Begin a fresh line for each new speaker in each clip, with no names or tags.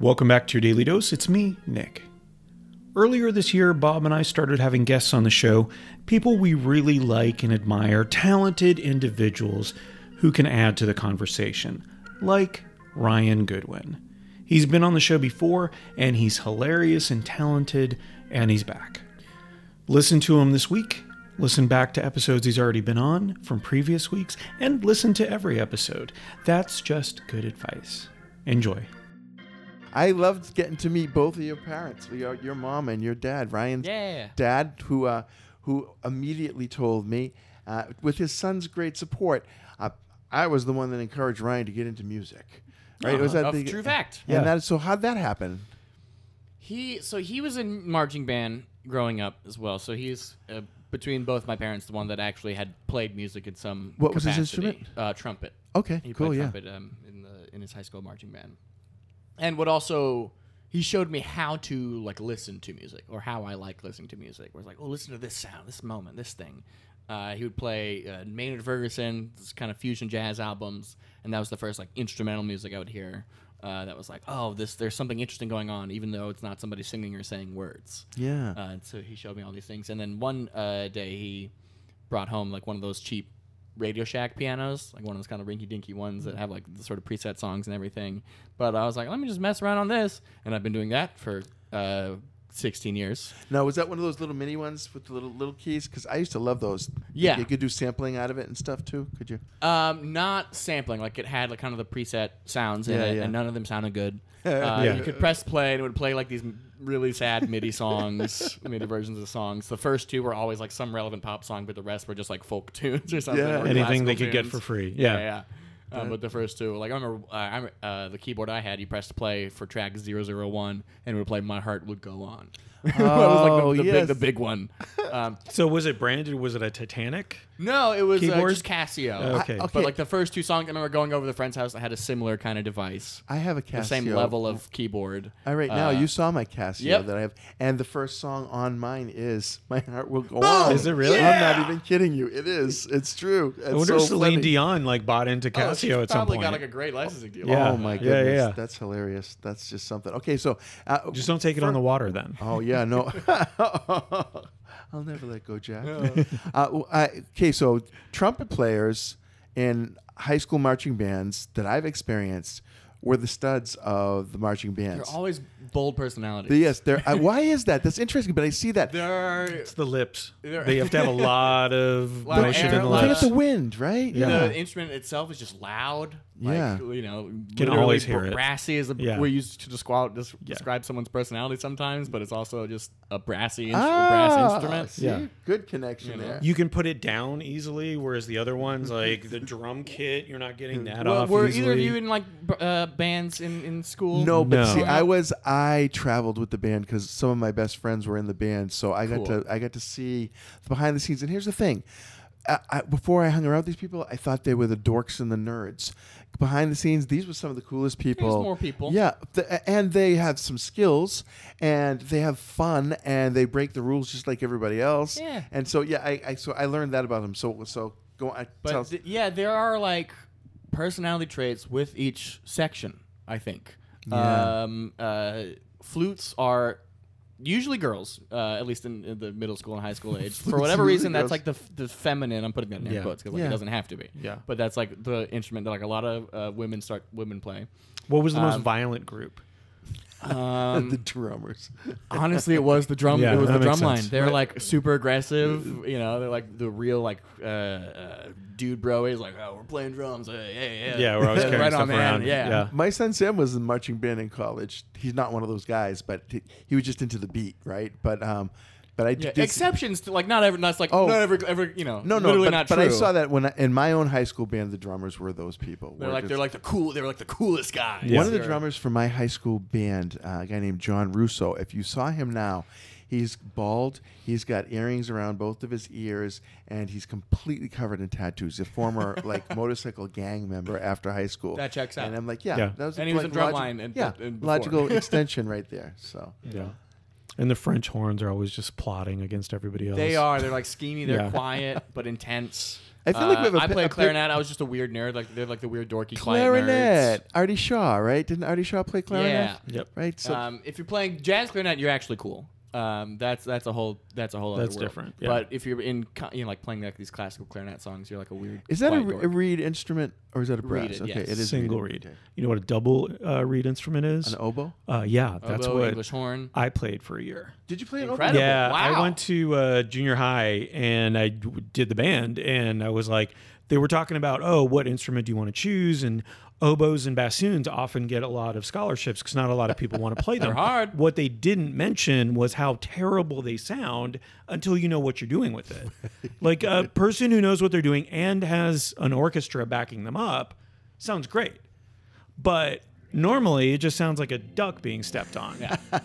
Welcome back to your Daily Dose. It's me, Nick. Earlier this year, Bob and I started having guests on the show, people we really like and admire, talented individuals who can add to the conversation, like Ryan Goodwin. He's been on the show before, and he's hilarious and talented, and he's back. Listen to him this week, listen back to episodes he's already been on from previous weeks, and listen to every episode. That's just good advice. Enjoy.
I loved getting to meet both of your parents, your your mom and your dad, Ryan's
Yeah.
dad, who uh, who immediately told me, uh, with his son's great support, uh, I was the one that encouraged Ryan to get into music. Right? It was
Uh-huh.
that
Of true fact.
And
Yeah.
that so how'd that happen?
He so he was in marching band growing up as well. So he's uh, between both my parents, the one that actually had played music in some.
What was his
capacity.
instrument?
Uh, trumpet.
Okay,
He
cool,
played
yeah.
trumpet um, in the in his high school marching band, and would also he showed me how to like listen to music or how I like listening to music. Where it's like, oh, listen to this sound, this moment, this thing. Uh, he would play uh, Maynard Ferguson, this kind of fusion jazz albums, and that was the first like instrumental music I would hear. Uh, that was like, oh, this there's something interesting going on, even though it's not somebody singing or saying words.
Yeah.
Uh, and so he showed me all these things, and then one uh, day he brought home like one of those cheap Radio Shack pianos, like one of those kind of rinky-dinky ones that have like the sort of preset songs and everything. But I was like, let me just mess around on this, and I've been doing that for uh, 16 years.
now was that one of those little mini ones with the little little keys? Because I used to love those.
Yeah.
You could do sampling out of it and stuff too. Could you?
Um, not sampling, like it had like kind of the preset sounds in
Yeah,
it,
yeah.
and none of them sounded good. Uh,
Yeah.
You could press play, and it would play like these m- really sad MIDI songs, MIDI versions of songs. The first two were always like some relevant pop song, but the rest were just like folk tunes or something.
Yeah.
or
Anything they
classical
could get
tunes.
for free.
Yeah,
Yeah.
yeah. Um, but the first two, like I remember, uh, I remember uh, the keyboard I had, you pressed play for track 001, and it would play "My Heart Would Go On." that was
Oh,
like the, the,
yes.
big, the big one. Um,
So was it branded? Was it a Titanic?
no, it was uh,
Keyboard?
just Casio.
Oh, okay.
I, okay.
But like the first two songs, I remember going over to the friend's house that had a similar kind of device,
I have a Casio.
the same level of keyboard.
I right now,
Uh,
you saw my Casio
yep.
that I have, and the first song on mine is "My Heart Will Go On."
Oh, Is it really?
I'm not even kidding you. It is. It's true. It's
I wonder
so
if Celine
funny.
Dion like bought into
Oh, she's
Casio at some
probably
point.
got like a great licensing deal.
Yeah.
Oh my
Yeah,
goodness,
yeah.
that's hilarious. That's just something. Okay, so uh,
Just don't take it on the water then.
Oh yeah, no. I'll never let go, Jack. Uh, w- I- okay, so trumpet players in high school marching bands that I've experienced were the studs of the marching
they're
bands.
always bold personalities.
yes, they're. I, why is that? That's interesting, but I see that.
They're
It's the lips.
They're-
They have to have a lot of
Lot of
motion
air,
in the
Look
lot of-
at
lips.
the wind, right?
Yeah.
the instrument itself is just loud.
Yeah.
Like, you know,
Can
literally
always hear it.
brassy is a
Yeah.
we used to describe des-
Yeah.
describe someone's personality sometimes, but it's also just a brassy instru-
Ah,
brass instrument.
see?
Yeah.
Good connection
know?
there.
You can put it down easily, whereas the other ones, like the drum kit, you're not getting that
Hmm. Well,
off
were
easily.
either of you in like b- uh, bands in, in school?
No, but
No.
see, I was I traveled with the band because some of my best friends were in the band, so I got
Cool.
to I got to see the behind the scenes. And here's the thing. I, I, before I hung around with these people, I thought they were the dorks and the nerds. Behind the scenes, these were some of the coolest people.
more people.
Yeah, the, and they have some skills, and they have fun, and they break the rules just like everybody else.
Yeah.
And so, yeah, I, I so I learned that about them. So so go on.
But
tell-
th- yeah, there are like personality traits with each section. I think.
Yeah.
Um, uh, flutes are usually girls, uh, at least in, in the middle school and high school age. For
Flutes
whatever
are
reason,
usually
that's like the, f- the feminine. I'm putting that in air
Yeah.
quotes because like,
Yeah.
it doesn't have to be.
Yeah.
But that's like the instrument that like a lot of uh, women start women play.
what was the most
Um,
violent group?
Um,
the drummers.
honestly, it was the drum.
Yeah,
it was
that
the
makes
drum line.
sense.
They're like super aggressive. You know, they're like the real like uh, uh, dude bro. He's like, oh, we're playing drums. Hey, hey, yeah,
Yeah, we're always carrying
right
stuff
on, man.
around.
Yeah.
Yeah.
My son Sam was in marching band in college. He's not one of those guys, but he, he was just into the beat, right? But um, but I
Yeah,
did
exceptions to like not every that's like
Oh.
not every every you know
no no,
literally
but,
not
but
true.
I saw that when I, in my own high school band, the drummers were those people.
they're
were
like they're
just-
like the cool they were like the coolest guy.
Yeah.
one of the drummers for my high school band, uh, a guy named John Russo. If you saw him now, he's bald. He's got earrings around both of his ears, and he's completely covered in tattoos. A former like motorcycle gang member after high school.
That checks out.
And I'm like, yeah,
Yeah.
that was
And he was
like,
in
logi-
Drumline and-
yeah,
and before.
logical extension right there. So
Yeah. And the French horns are always just plotting against everybody else.
They are. They're like schemy. They're
Yeah.
quiet but intense. Uh,
I feel like we have a
I
pi-
played
a pi-
clarinet. I was just a weird nerd. Like they're like the weird dorky Quiet nerds.
clarinet. Artie Shaw, right? Didn't Artie Shaw play clarinet?
Yeah. Yep.
Right. So
um, if you're playing jazz clarinet, you're actually cool. Um, that's that's a whole that's a whole
That's
other world.
different, yeah.
But if you're in co- you know like playing like these classical clarinet songs, you're like a weird.
is that a,
quiet
re-
dork.
a reed instrument or is that a brass?
Reed it,
okay,
yes.
it is
Single
reed.
reed.
Okay.
You know what a double uh, reed instrument is?
An oboe.
Uh, yeah, that's
Oboe,
what
Oh, English horn.
I played for a year.
Did you play an
Incredible.
oboe?
Yeah, I
Wow.
went to uh, junior high and I d- did the band, and I was like, they were talking about, oh, what instrument do you want to choose? And oboes and bassoons often get a lot of scholarships because not a lot of people want to play them.
hard.
What they didn't mention was how terrible they sound until you know what you're doing with it. like a person who knows what they're doing and has an orchestra backing them up sounds great but normally it just sounds like a duck being stepped on.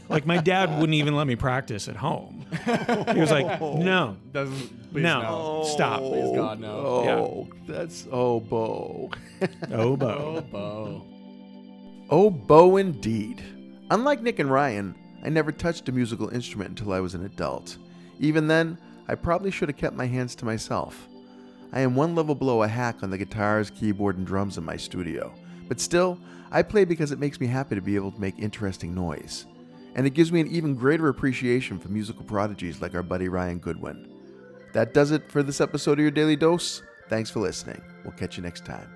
like my dad wouldn't even let me practice at home. He was like, "No,
Doesn't Oh. please
no, stop,
Please God no.
Oh, that's oboe.
Oh,
Oh.
oboe."
Oboe.
oboe Oh, indeed. Unlike Nick and Ryan, I never touched a musical instrument until I was an adult. Even then, I probably should have kept my hands to myself. I am one level below a hack on the guitars, keyboard, and drums in my studio. But still, I play because it makes me happy to be able to make interesting noise. And it gives me an even greater appreciation for musical prodigies like our buddy Ryan Goodwin. That does it for this episode of your Daily Dose. Thanks for listening. We'll catch you next time.